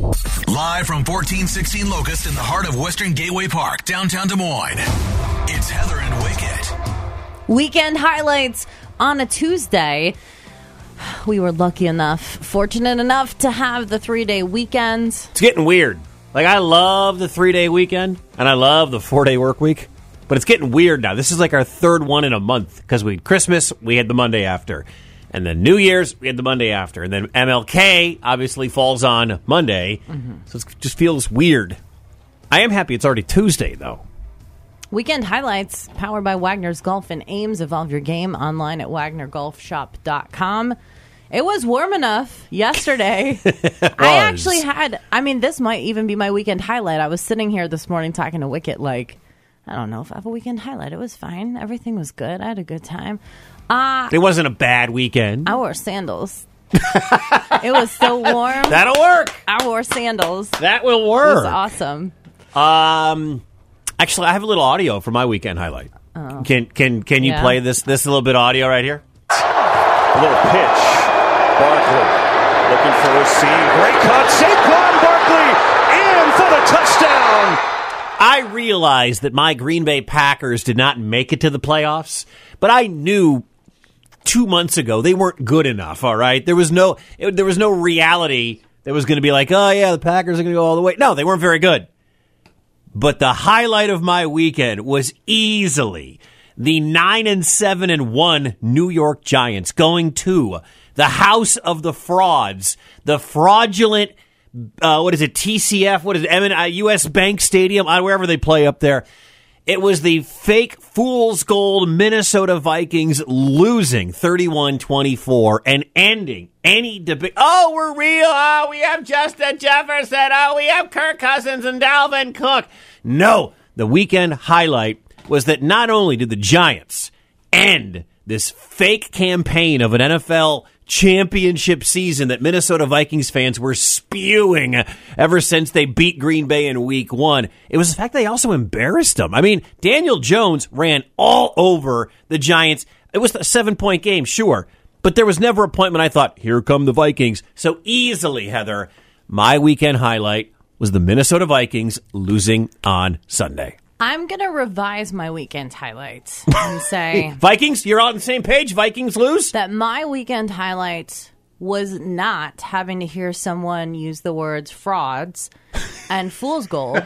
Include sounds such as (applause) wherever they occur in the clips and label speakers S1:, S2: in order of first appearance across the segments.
S1: Live from 1416 Locust in the heart of Western Gateway Park, downtown Des Moines, it's Heather and Wicket.
S2: Weekend highlights on a Tuesday. We were lucky enough, fortunate enough to have the three day weekend.
S3: It's getting weird. Like I love the three day weekend and I love the four day work week, but it's getting weird now. This is like our third one in a month because we had Christmas, we had the Monday after, and then New Year's we had the Monday after, and then MLK obviously falls on Monday, so it just feels weird. I am happy it's already Tuesday though.
S2: Weekend highlights powered by Wagner's Golf and Ames. Evolve your game online at wagnergolfshop.com. It was warm enough yesterday. I actually had, I mean, this might even be my weekend highlight. I was sitting here this morning talking to Wicket, like, I don't know if I have a weekend highlight. It was fine. Everything was good. I had a good time. Uh,
S3: It wasn't a bad weekend.
S2: I wore sandals. it was so warm.
S3: (laughs) That'll work.
S2: I wore sandals. It
S3: That will
S2: was
S3: work.
S2: awesome.
S3: Um, actually, I have a little audio for my weekend highlight. Can can can you
S2: Yeah.
S3: play this this little bit of audio right here?
S4: A little pitch. Barkley looking for a seam. Great cut. Saquon Barkley in for the touchdown.
S3: I realized that my Green Bay Packers did not make it to the playoffs, but I knew two months ago they weren't good enough. All right, there was no it, there was no reality that was going to be like, oh yeah, the Packers are going to go all the way. No, they weren't very good. But the highlight of my weekend was easily the nine and seven and one New York Giants going to the house of the frauds, the fraudulent. Uh, what is it? TCF? What is it? M and uh, U.S. Bank Stadium? Uh, wherever they play up there. It was the fake fool's gold Minnesota Vikings losing 31-24 and ending any debate. Oh, we're real. Oh, we have Justin Jefferson. Oh, we have Kirk Cousins and Dalvin Cook. No, the weekend highlight was that not only did the Giants end this fake campaign of an NFL championship season that Minnesota Vikings fans were spewing ever since they beat Green Bay in week one. It was the fact they also embarrassed them. I mean, Daniel Jones ran all over the Giants. It was a seven point game, sure, but there was never a point when I thought, here come the Vikings. So easily, Heather, my weekend highlight was the Minnesota Vikings losing on Sunday.
S2: I'm going to revise my weekend highlights
S3: (laughs)
S2: and say
S3: Vikings, you're on the same page. Vikings lose.
S2: that my weekend highlight was not having to hear someone use the words frauds and fool's gold
S3: (laughs)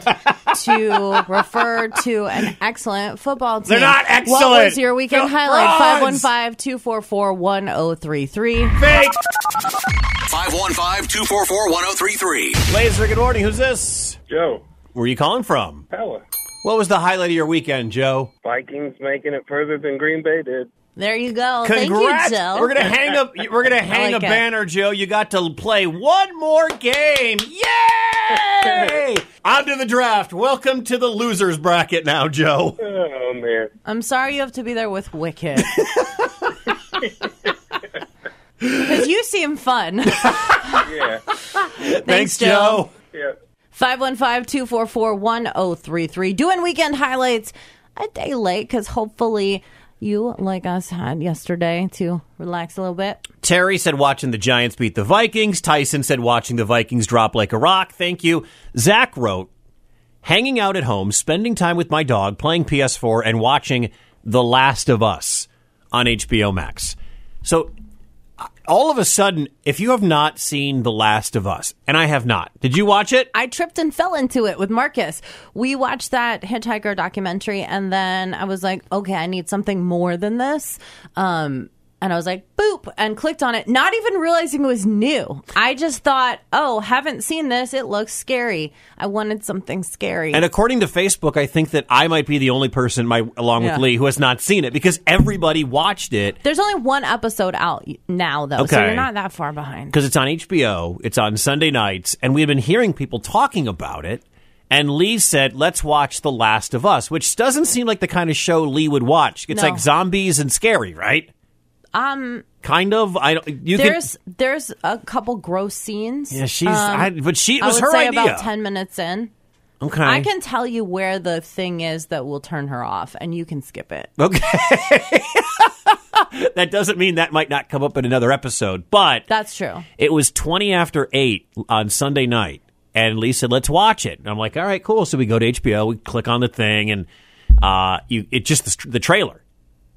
S2: to refer to an excellent football team.
S3: They're not
S2: What
S3: excellent.
S2: was your weekend
S3: They're
S2: highlight?
S3: frauds.
S2: 515-244-1033.
S3: Fake.
S1: 515-244-1033.
S3: Blazer, good morning. Who's this?
S5: Joe,
S3: Where are you calling from?
S5: Pella.
S3: What was the highlight of your weekend, Joe?
S5: Vikings making it further than Green Bay did.
S2: There you go. Thank you, Jill.
S3: We're gonna hang a
S2: (laughs)
S3: we're gonna hang
S2: like
S3: a
S2: it.
S3: banner, Joe. You got to play one more game. Yay!
S2: (laughs)
S3: On to the draft. Welcome to the losers bracket now, Joe.
S5: Oh man,
S2: I'm sorry you have to be there with Wicked. Because you seem fun. (laughs)
S5: yeah,
S2: Thanks, Joe.
S3: Joe.
S5: yeah.
S2: 515-244-1033. Doing weekend highlights a day late because hopefully you, like us, had yesterday to relax a little bit.
S3: Terry said watching the Giants beat the Vikings. Tyson said watching the Vikings drop like a rock. Thank you. Zach wrote, hanging out at home, spending time with my dog, playing PS4, and watching The Last of Us on HBO Max. So I- all of a sudden, if you have not seen The Last of Us, and I have not, did you watch it?
S2: I tripped and fell into it with Marcus. We watched that Hitchhiker documentary, and then I was like, okay, I need something more than this. Um, and I was like, boop, and clicked on it, not even realizing it was new. I just thought, oh, haven't seen this. It looks scary. I wanted something scary.
S3: And according to Facebook, I think that I might be the only person, my along
S2: Yeah.
S3: with Lee, who has not seen it because everybody watched it.
S2: There's only one episode out now, though, so
S3: Okay.
S2: you're not that far behind.
S3: because it's on HBO. It's on Sunday nights, and we have been hearing people talking about it. And Lee said, "Let's watch The Last of Us," which doesn't seem like the kind of show Lee would watch. It's
S2: No. Um,
S3: like zombies and scary, right? Um, kind of. I don't. You
S2: There's
S3: Think,
S2: there's a couple gross scenes.
S3: yeah, she's. I, but she it
S2: I
S3: was
S2: would
S3: her
S2: say
S3: idea.
S2: about ten minutes in.
S3: okay.
S2: I can tell you where the thing is that will turn her off, and you can skip it.
S3: Okay. that doesn't mean that might not come up in another episode, but
S2: That's true.
S3: It was 20 after 8 on Sunday night. And Lee said, "Let's watch it." And I'm like, "All right, cool." So we go to HBO, we click on the thing, and uh, you it just the, str- the trailer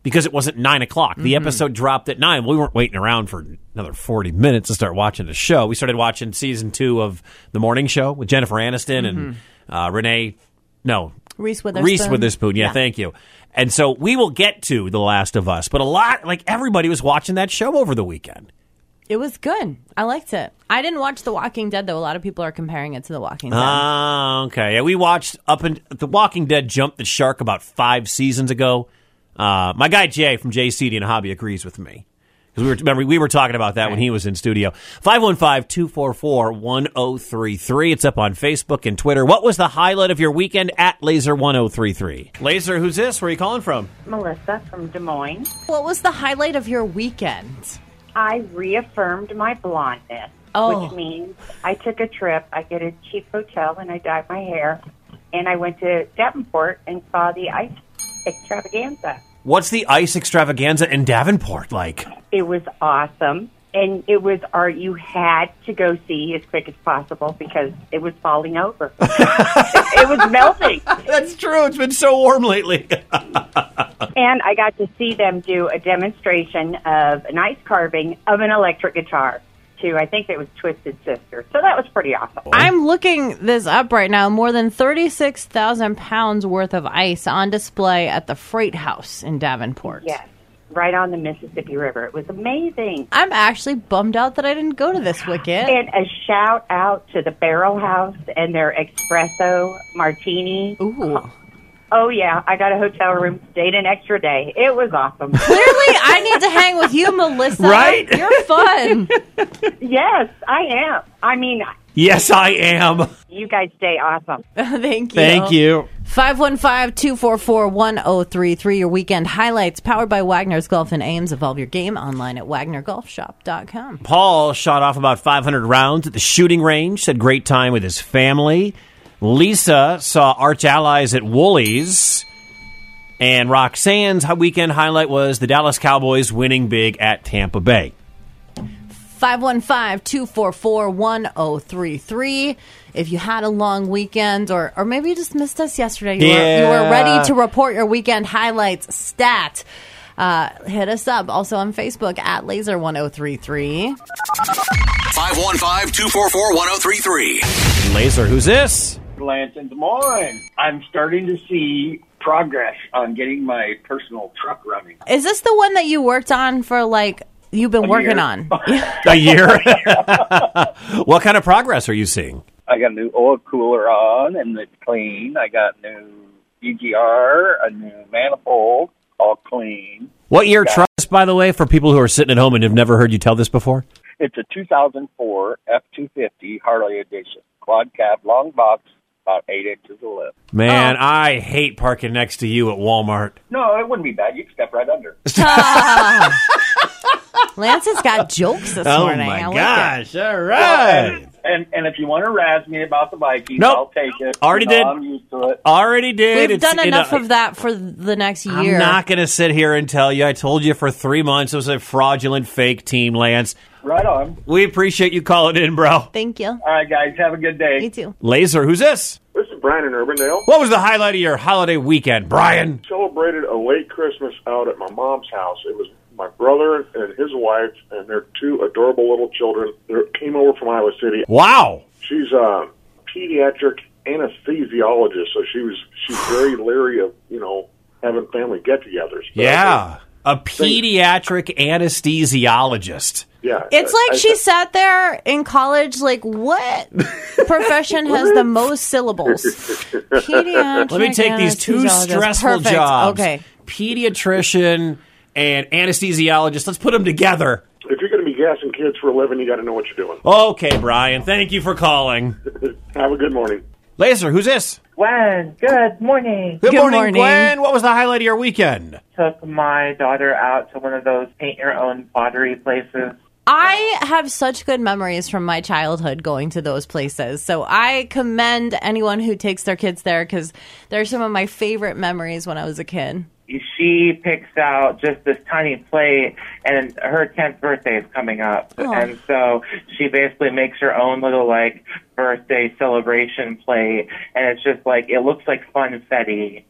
S3: because it wasn't nine o'clock. The episode dropped at nine. We weren't waiting around for another forty minutes to start watching the show. We started watching season two of the morning show with Jennifer Aniston and uh, Renee. No,
S2: Reese Witherspoon.
S3: Reese Witherspoon. Yeah, thank you. And so we will get to The Last of Us, but a lot like everybody was watching that show over the weekend.
S2: It was good. I liked it. I didn't watch The Walking Dead though. A lot of people are comparing it to The Walking Dead.
S3: Ah, okay. Yeah, we watched up and The Walking Dead jumped the shark about five seasons ago. Uh, my guy Jay from JCD and Hobby agrees with me. Because we were, remember, we were talking about that when he was in studio. 515 244 1033. It's up on Facebook and Twitter. What was the highlight of your weekend at Laser 1033? Laser, who's this? Where are you calling from?
S6: Melissa from Des Moines.
S2: What was the highlight of your weekend?
S6: I reaffirmed my blondness,
S2: Oh.
S6: which means I took a trip. I get a cheap hotel and I dyed my hair, and I went to Davenport and saw the ice extravaganza.
S3: What's the ice extravaganza in Davenport like?
S6: It was awesome, and it was art you had to go see as quick as possible because it was falling over. (laughs) it was melting,
S3: That's true. It's been so warm lately. (laughs)
S6: and I got to see them do a demonstration of an ice carving of an electric guitar. To I think it was Twisted Sister, so that was pretty awesome.
S2: I'm looking this up right now. More than 36,000 pounds worth of ice on display at the Freight House in Davenport.
S6: Yes, right on the Mississippi River. It was amazing.
S2: I'm actually bummed out that I didn't go to this wicket.
S6: And a shout out to the Barrel House and their espresso martini.
S2: Ooh.
S6: Oh yeah, I got a hotel room, stayed an extra day. It was awesome. (laughs)
S2: Clearly, I need to hang with you, Melissa.
S3: Right?
S2: You're fun. (laughs)
S6: yes, I am. I mean,
S3: yes, I am.
S6: you guys stay awesome.
S2: Thank you.
S3: Thank you.
S2: 515-244-1033 your weekend highlights powered by Wagner's Golf and Ames evolve your game online at wagnergolfshop.com.
S3: Paul shot off about 500 rounds at the shooting range, had great time with his family. Lisa saw Arch Allies at Woolies. And Roxanne's hi- weekend highlight was the Dallas Cowboys winning big at Tampa Bay.
S2: 515-244-1033 if you had a long weekend or or maybe you just missed us yesterday you, were, you were
S3: Yeah.
S2: ready to report your weekend highlights stat uh, hit us up also on Facebook at laser1033
S1: 515 244 1033.
S3: Laser, who's this?
S7: Lance in Des Moines. I'm starting to see progress on getting my personal truck running.
S2: Is this the one that you worked on for like you've been working
S7: year.
S2: on?
S3: A year. (laughs) what kind of progress are you seeing?
S7: I got a new oil cooler on and it's clean. I got new EGR, a new manifold, all clean.
S3: What year trust, by the way, for people who are sitting at home and have never heard you tell this before?
S7: It's a 2004 F250 Harley Edition, quad cab, long box, about eight inches of lip.
S3: Man,
S2: Oh.
S3: I hate parking next to you at Walmart.
S7: No, it wouldn't be bad. You'd step right under.
S2: (laughs) Lance has got jokes this
S3: Oh
S2: morning. I like it.
S3: All
S7: And, and and if you want to razz me about the Vikings,
S3: Nope.
S7: I'll take it.
S3: Already
S7: You know,
S3: did.
S7: I'm used to it.
S3: Already did.
S2: We've
S3: It's
S2: done
S3: in
S2: enough
S3: a-
S2: of that for the next year.
S3: I'm not going to sit here and tell you. I told you for three months it was a fraudulent fake team, Lance.
S7: Right on.
S3: We appreciate you calling in, bro.
S2: Thank you.
S7: All right, guys. Have a good day.
S2: You too.
S3: Laser, who's this?
S8: This is Brian in Urbandale.
S3: What was the highlight of your holiday weekend, Brian?
S8: Celebrated a late Christmas out at my mom's house. It was my brother and his wife and their two adorable little children. They came over from Iowa City.
S3: Wow.
S8: She's a pediatric anesthesiologist, so she was she's very leery of you know having family get-togethers. But I
S3: Yeah. A pediatric anesthesiologist.
S8: think- yeah.
S2: It's
S8: I-
S2: like
S8: I-
S2: she sat there in college, like,
S3: (laughs)
S2: what profession has the most syllables? Pediatric
S3: Let me take these two
S2: anesthesiologist.
S3: stressful
S2: Perfect.
S3: jobs.
S2: Okay.
S3: Pediatrician and anesthesiologist. Let's put them together.
S8: if you're going to be gassing kids for a living, you got to know what you're doing.
S3: Okay, Brian. Thank you for calling.
S8: Have a good morning.
S3: Laser, who's this?
S9: Gwen, good morning.
S3: Good,
S2: Good
S3: morning,
S2: morning.
S3: Gwen. What was the highlight of your weekend?
S9: Took my daughter out to one of those paint your own pottery places.
S2: I have such good memories from my childhood going to those places. So I commend anyone who takes their kids there because they're some of my favorite memories when I was a kid.
S9: she picks out just this tiny plate, and her tenth birthday is coming up,
S2: Aw.
S9: and so she basically makes her own little like birthday celebration plate, and it's just like it looks like funfetti.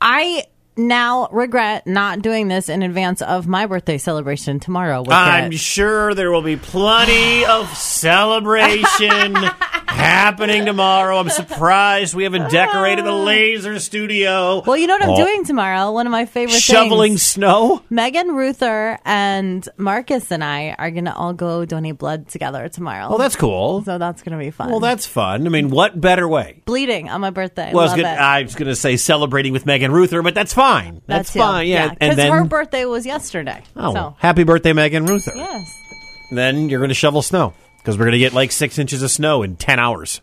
S2: I now regret not doing this in advance of my birthday celebration tomorrow. With
S3: I'm
S2: it.
S3: sure there will be plenty of (laughs) celebration happening tomorrow. I'm surprised we haven't decorated (laughs) the laser studio.
S2: well, you know what I'm
S3: Oh.
S2: doing tomorrow. One of my favorite
S3: Shoveling
S2: things.
S3: snow?
S2: Megan Ruther and Marcus and I are gonna all go donate blood together tomorrow.
S3: Well, that's cool.
S2: so that's gonna be fun.
S3: Well, that's fun. I mean, what better way?
S2: bleeding on my birthday.
S3: Well, Uh, I was
S2: Love
S3: gonna,
S2: it.
S3: I was going to say celebrating with Megan Ruther, but that's fine.
S2: That
S3: That's
S2: too.
S3: fine. Yeah,
S2: because
S3: and then
S2: her birthday was yesterday.
S3: oh,
S2: so
S3: happy birthday, Megan Ruther.
S2: yes,
S3: Then you're going to shovel snow because we're going to get like six inches of snow in ten hours.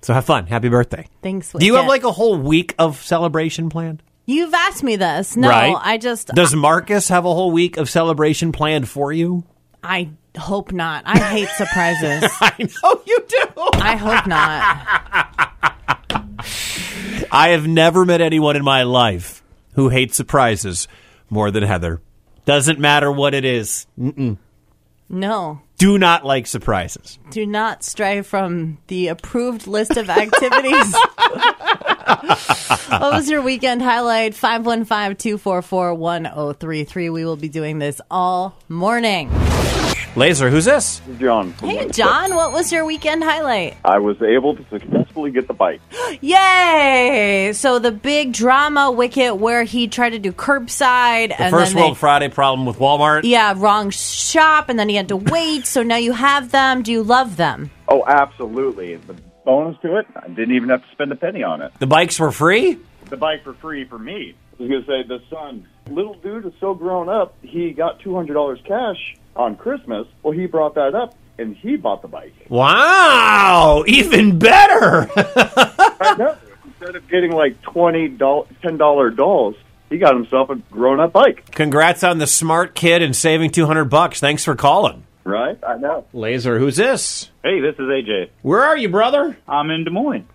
S3: So have fun. Happy birthday.
S2: thanks.
S3: Do you have
S2: Wicket.
S3: like a whole week of celebration planned?
S2: You've asked me this. No,
S3: right?
S2: I just
S3: Does Marcus have a whole week of celebration planned for you?
S2: I hope not. I hate
S3: (laughs)
S2: surprises.
S3: I know you do.
S2: I hope not.
S3: I have never met anyone in my life who hates surprises more than Heather. Doesn't matter what it is.
S2: No.
S3: Do not like surprises.
S2: Do not stray from the approved list of
S3: (laughs)
S2: activities. what was your weekend highlight? 515-244-1033. We will be doing this all morning.
S3: Laser, who's this?
S10: John. from
S2: Hey
S10: West
S2: John, what was your weekend highlight?
S10: Coast. I was able to successfully get the bike.
S2: Yay! So the big drama wicket where he tried to do curbside and
S3: First
S2: then they-
S3: World Friday problem with Walmart.
S2: yeah, wrong shop, and then he had to wait. so now you have them. Do you love them?
S10: Oh, absolutely. The bonus to it, I didn't even have to spend a penny on it.
S3: The bikes were free?
S10: The bike for free for me. I was going to say, the son, little dude is so grown up, he got $200 cash on Christmas. Well, he brought that up, and he bought the bike.
S3: Wow, even better. (laughs)
S10: Yep. Instead of getting like $20, $10 dolls, he got himself a grown-up bike,
S3: Congrats on the smart kid and saving 200 bucks. Thanks for calling.
S10: right? I know.
S3: Laser, who's this?
S10: Hey, this is AJ.
S3: Where are you, brother?
S11: I'm in Des Moines.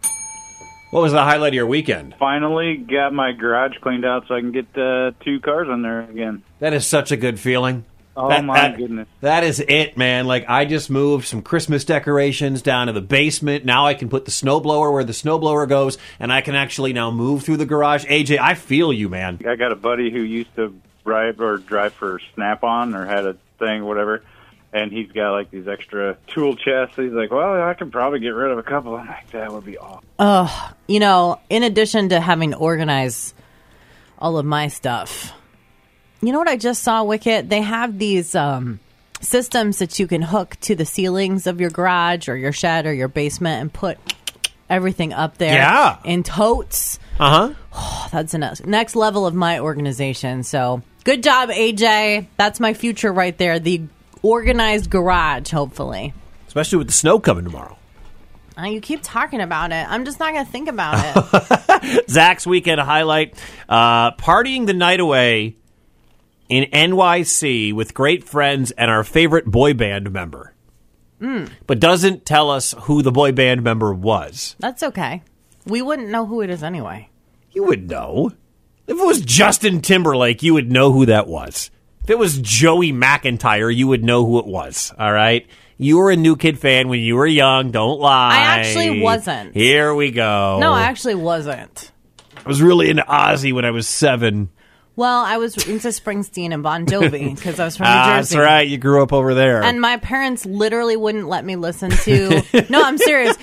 S3: What was the highlight of your weekend?
S11: Finally got my garage cleaned out so I can get uh, two cars in there again.
S3: That is such a good feeling.
S11: Oh,
S3: That-
S11: my
S3: that-
S11: goodness.
S3: That is it, man. Like I just moved some Christmas decorations down to the basement. Now I can put the snowblower where the snowblower goes and I can actually now move through the garage. AJ, I feel you, man.
S11: I got a buddy who used to drive or drive for Snap on or had a thing, whatever. And he's got like these extra tool chests. He's like, well, I can probably get rid of a couple. I'm like, that would be awesome.
S2: You know, in addition to having to organize all of my stuff, you know what I just saw, Wicket? They have these um, systems that you can hook to the ceilings of your garage or your shed or your basement and put everything up there
S3: Yeah.
S2: in totes. Oh,
S3: Uh-huh.
S2: That's the next- next level of my organization. So good job, AJ. That's my future right there. The organized garage, hopefully.
S3: Especially with the snow coming tomorrow.
S2: Uh, you keep talking about it. I'm just not going to think about it.
S3: Zach's weekend highlight: uh, partying the night away in NYC with great friends and our favorite boy band member. But doesn't tell us who the boy band member was.
S2: That's okay. We wouldn't know who it is anyway.
S3: You would know if it was Justin Timberlake. You would know who that was. If it was Joey McIntyre, you would know who it was. All right. You were a New Kid fan when you were young. Don't lie.
S2: actually wasn't.
S3: Here we go.
S2: No, I actually wasn't.
S3: I was really into Ozzy when I was seven.
S2: Well, I was into Springsteen and Bon
S3: (laughs)
S2: Jovi because I was from New
S3: Ah,
S2: Jersey.
S3: That's right. You grew up over there.
S2: And my parents literally wouldn't let me listen
S3: (laughs)
S2: to. no, I'm serious.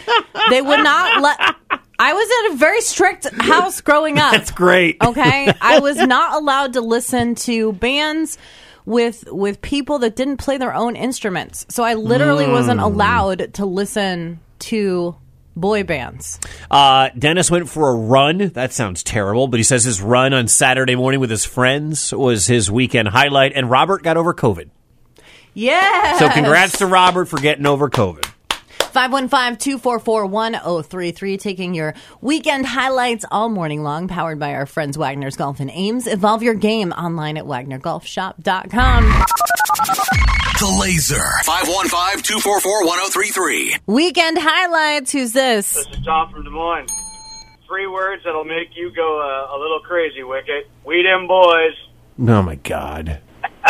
S2: They would not let. I was at a very strict house growing up.
S3: that's great. (laughs)
S2: okay i was not allowed to listen to bands with with people that didn't play their own instruments so i literally wasn't
S3: Hmm.
S2: allowed to listen to boy bands
S3: Uh, Dennis went for a run. That sounds terrible, but he says his run on Saturday morning with his friends was his weekend highlight. And Robert got over COVID.
S2: yeah (laughs)
S3: So congrats to Robert for getting over COVID.
S2: 515-244-1033 taking your weekend highlights all morning long powered by our friends wagner's golf and ames evolve your game online at wagnergolfshop.com
S1: The Laser. 515-244-1033.
S2: weekend highlights who's this
S5: This is John from Des Moines.
S12: three words that'll make you go uh, a little crazy, Wicket. We them boys.
S3: Oh my God!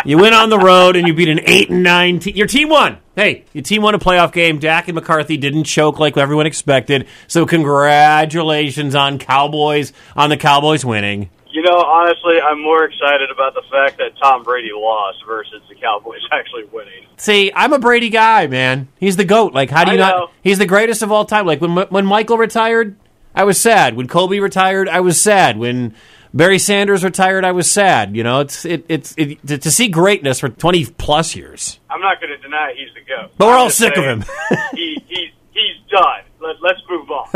S3: You went on the road and you beat an eight and nine. Te- your team won. Hey, your team won a playoff game. Dak and McCarthy didn't choke like everyone expected. So congratulations on Cowboys on the Cowboys winning.
S12: You know, honestly, I'm more excited about the fact that Tom Brady lost versus the Cowboys (laughs) actually winning.
S3: See, I'm a Brady guy, man. He's the goat. Like, how do you
S12: I know.
S3: not? He's the greatest of all time. Like when when Michael retired, I was sad. When Kobe retired, I was sad. When Barry Sanders retired, I was sad. You know, it's it it's it, to, to see greatness for 20 plus years.
S12: I'm not going to deny he's the goat.
S3: But we're
S12: I'm
S3: all
S12: just
S3: sick of
S12: saying
S3: him.
S12: he, he's he's done. Let, let's move on.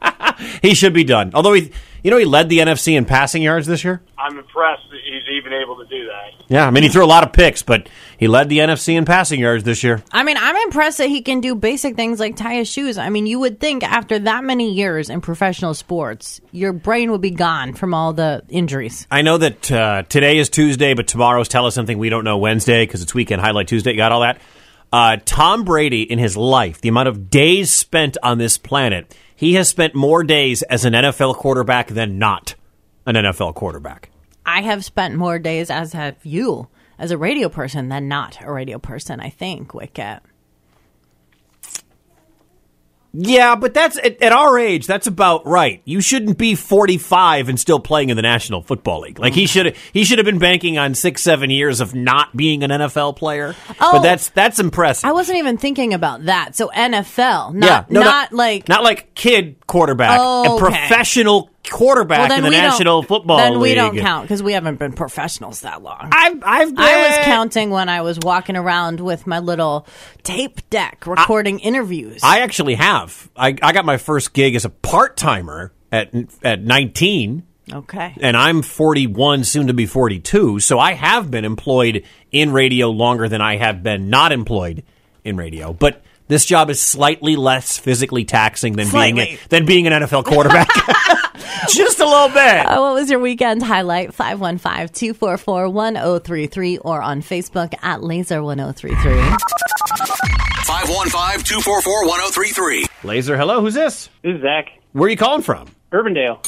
S3: (laughs) He should be done. Although he, you know, he led the NFC in passing yards this year.
S12: I'm impressed that he's even able to do that.
S3: Yeah, I mean, he threw a lot of picks, but he led the NFC in passing yards this year.
S2: I mean, I'm impressed that he can do basic things like tie his shoes. I mean, you would think after that many years in professional sports, your brain would be gone from all the injuries.
S3: I know that uh, today is Tuesday, but tomorrow's Tell Us Something We Don't Know Wednesday because it's Weekend Highlight Tuesday. Got all that? Uh, Tom Brady, in his life, the amount of days spent on this planet, he has spent more days as an NFL quarterback than not an NFL quarterback.
S2: I have spent more days, as have you, as a radio person than not a radio person, I think, Wicket.
S3: Yeah, but that's at, at our age. That's about right. You shouldn't be 45 and still playing in the National Football League. Like
S2: Mm.
S3: he should he should have been banking on six seven years of not being an NFL player.
S2: Oh.
S3: but that's that's impressive.
S2: I wasn't even thinking about that. So NFL, not,
S3: yeah, no,
S2: not like.
S3: not like kid quarterback,
S2: Oh,
S3: a
S2: okay.
S3: professional
S2: Well,
S3: quarterback
S2: then
S3: in the
S2: we don't-
S3: National Football
S2: Then
S3: League.
S2: we don't count because we haven't been professionals that long.
S3: I've, I've
S2: I was counting when I was walking around with my little tape deck recording interviews.
S3: I actually have. I, I got my first gig as a part timer at at 19.
S2: okay.
S3: and I'm 41, soon to be 42. So I have been employed in radio longer than I have been not employed in radio. But this job is slightly less physically taxing than being
S2: Slightly.
S3: a, than being an
S2: (laughs)
S3: NFL quarterback. Just a little bit.
S2: Uh, what was your weekend highlight? 515 244 1033 or on Facebook at laser1033.
S1: 515-244-1033.
S3: Laser, hello. Who's this?
S13: This is Zach.
S3: Where are you calling from?
S13: Urbandale.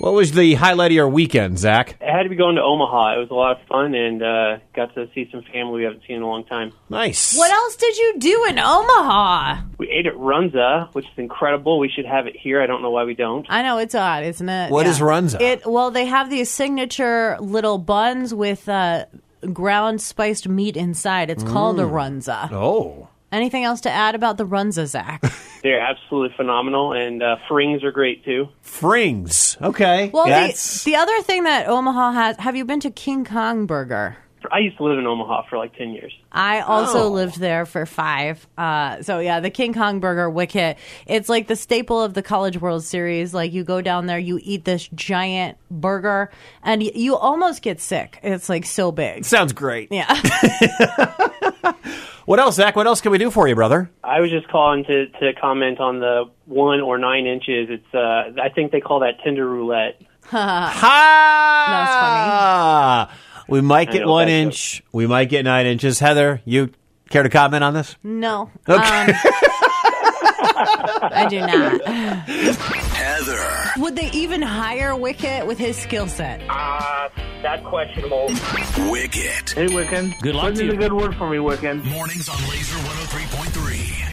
S3: What was the highlight of your weekend, Zach?
S13: I had to be going to Omaha. It was a lot of fun and uh, got to see some family we haven't seen in a long time.
S3: Nice.
S2: What else did you do in Omaha?
S13: We ate at Runza, which is incredible. We should have it here. I don't know why we don't.
S2: I know it's odd, isn't it?
S13: What
S2: What
S13: is
S2: is
S13: Runza?
S2: It well, they have these signature little buns with uh, ground spiced meat inside. It's called a
S13: Mm.
S2: runza.
S3: Oh.
S2: Anything else to add about the runza,
S13: (laughs)
S2: Zach?
S13: They're absolutely phenomenal, and uh, Frings are great too.
S3: Frings. Okay.
S2: Well, the, the other thing that Omaha has. Have you been to King Kong Burger?
S13: I used to live in Omaha for like 10 years.
S2: I also
S13: Oh.
S2: lived there for five. Uh, so yeah, the King Kong burger, wicket. It's like the staple of the College World Series. Like you go down there, you eat this giant burger, and y- you almost get sick. It's like so big.
S3: Sounds great.
S2: Yeah. (laughs)
S3: What else, Zach? What else can we do for you, brother?
S13: I was just calling to, to comment on the one or nine inches. It's uh, I think they call that Tinder roulette.
S3: Ah, we might
S13: I
S3: get
S13: know
S3: one
S13: that joke.
S3: inch. We might get nine inches. Heather, you care to comment on this?
S2: No.
S3: Okay.
S2: Um, I do not.
S1: Heather.
S2: Would they even hire Wicket with his skill set?
S13: Uh, that's questionable.
S1: Wicket.
S14: Hey, Wiccan.
S3: Good luck
S14: Put
S3: to
S14: in
S3: you.
S14: a good word for me, Wiccan.
S1: Mornings on Laser 103.3.